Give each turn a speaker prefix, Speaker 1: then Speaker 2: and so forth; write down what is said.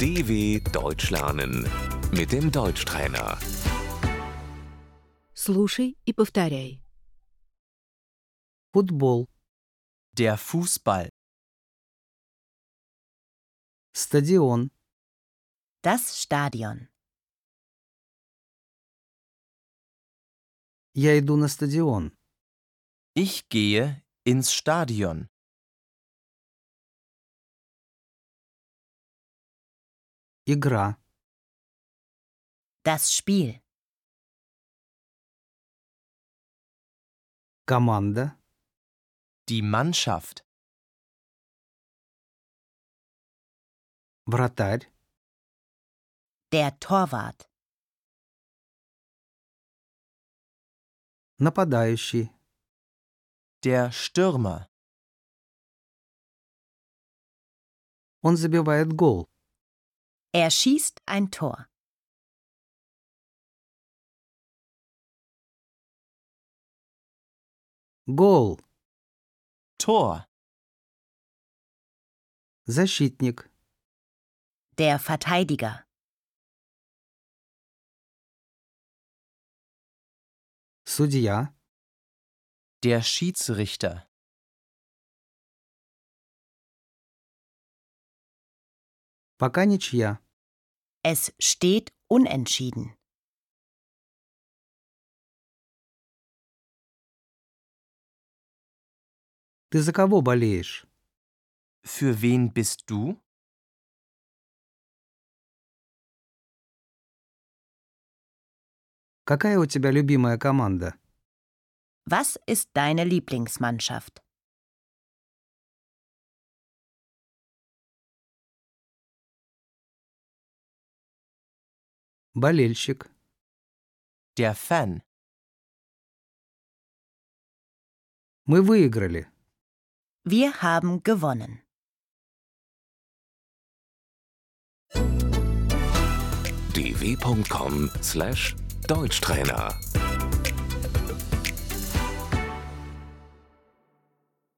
Speaker 1: DW Deutsch lernen mit dem Deutschtrainer.
Speaker 2: Слушай и повторяй.
Speaker 3: Футбол.
Speaker 4: Der Fußball.
Speaker 3: Стадион.
Speaker 5: Das Stadion.
Speaker 3: Я иду на стадион.
Speaker 4: Ich gehe ins Stadion.
Speaker 3: Игра.
Speaker 5: Das Spiel.
Speaker 3: Команда.
Speaker 4: Die Mannschaft.
Speaker 3: Вратарь.
Speaker 5: Der Torwart.
Speaker 3: Нападающий.
Speaker 4: Der Stürmer.
Speaker 3: Он забивает гол.
Speaker 5: Er schießt ein Tor.
Speaker 3: Гол.
Speaker 4: Tor.
Speaker 3: Защитник.
Speaker 5: Der Verteidiger.
Speaker 3: Судья.
Speaker 4: Der Schiedsrichter.
Speaker 3: Пока ничья.
Speaker 5: Es steht unentschieden.
Speaker 3: Ты за кого болеешь?
Speaker 4: Für wen bist du?
Speaker 3: Какая у тебя любимая команда?
Speaker 5: Was ist deine Lieblingsmannschaft?
Speaker 3: Болельщик.
Speaker 4: Der Fan.
Speaker 3: Мы выиграли.
Speaker 5: Wir haben gewonnen.
Speaker 1: dw.com/deutschtrainer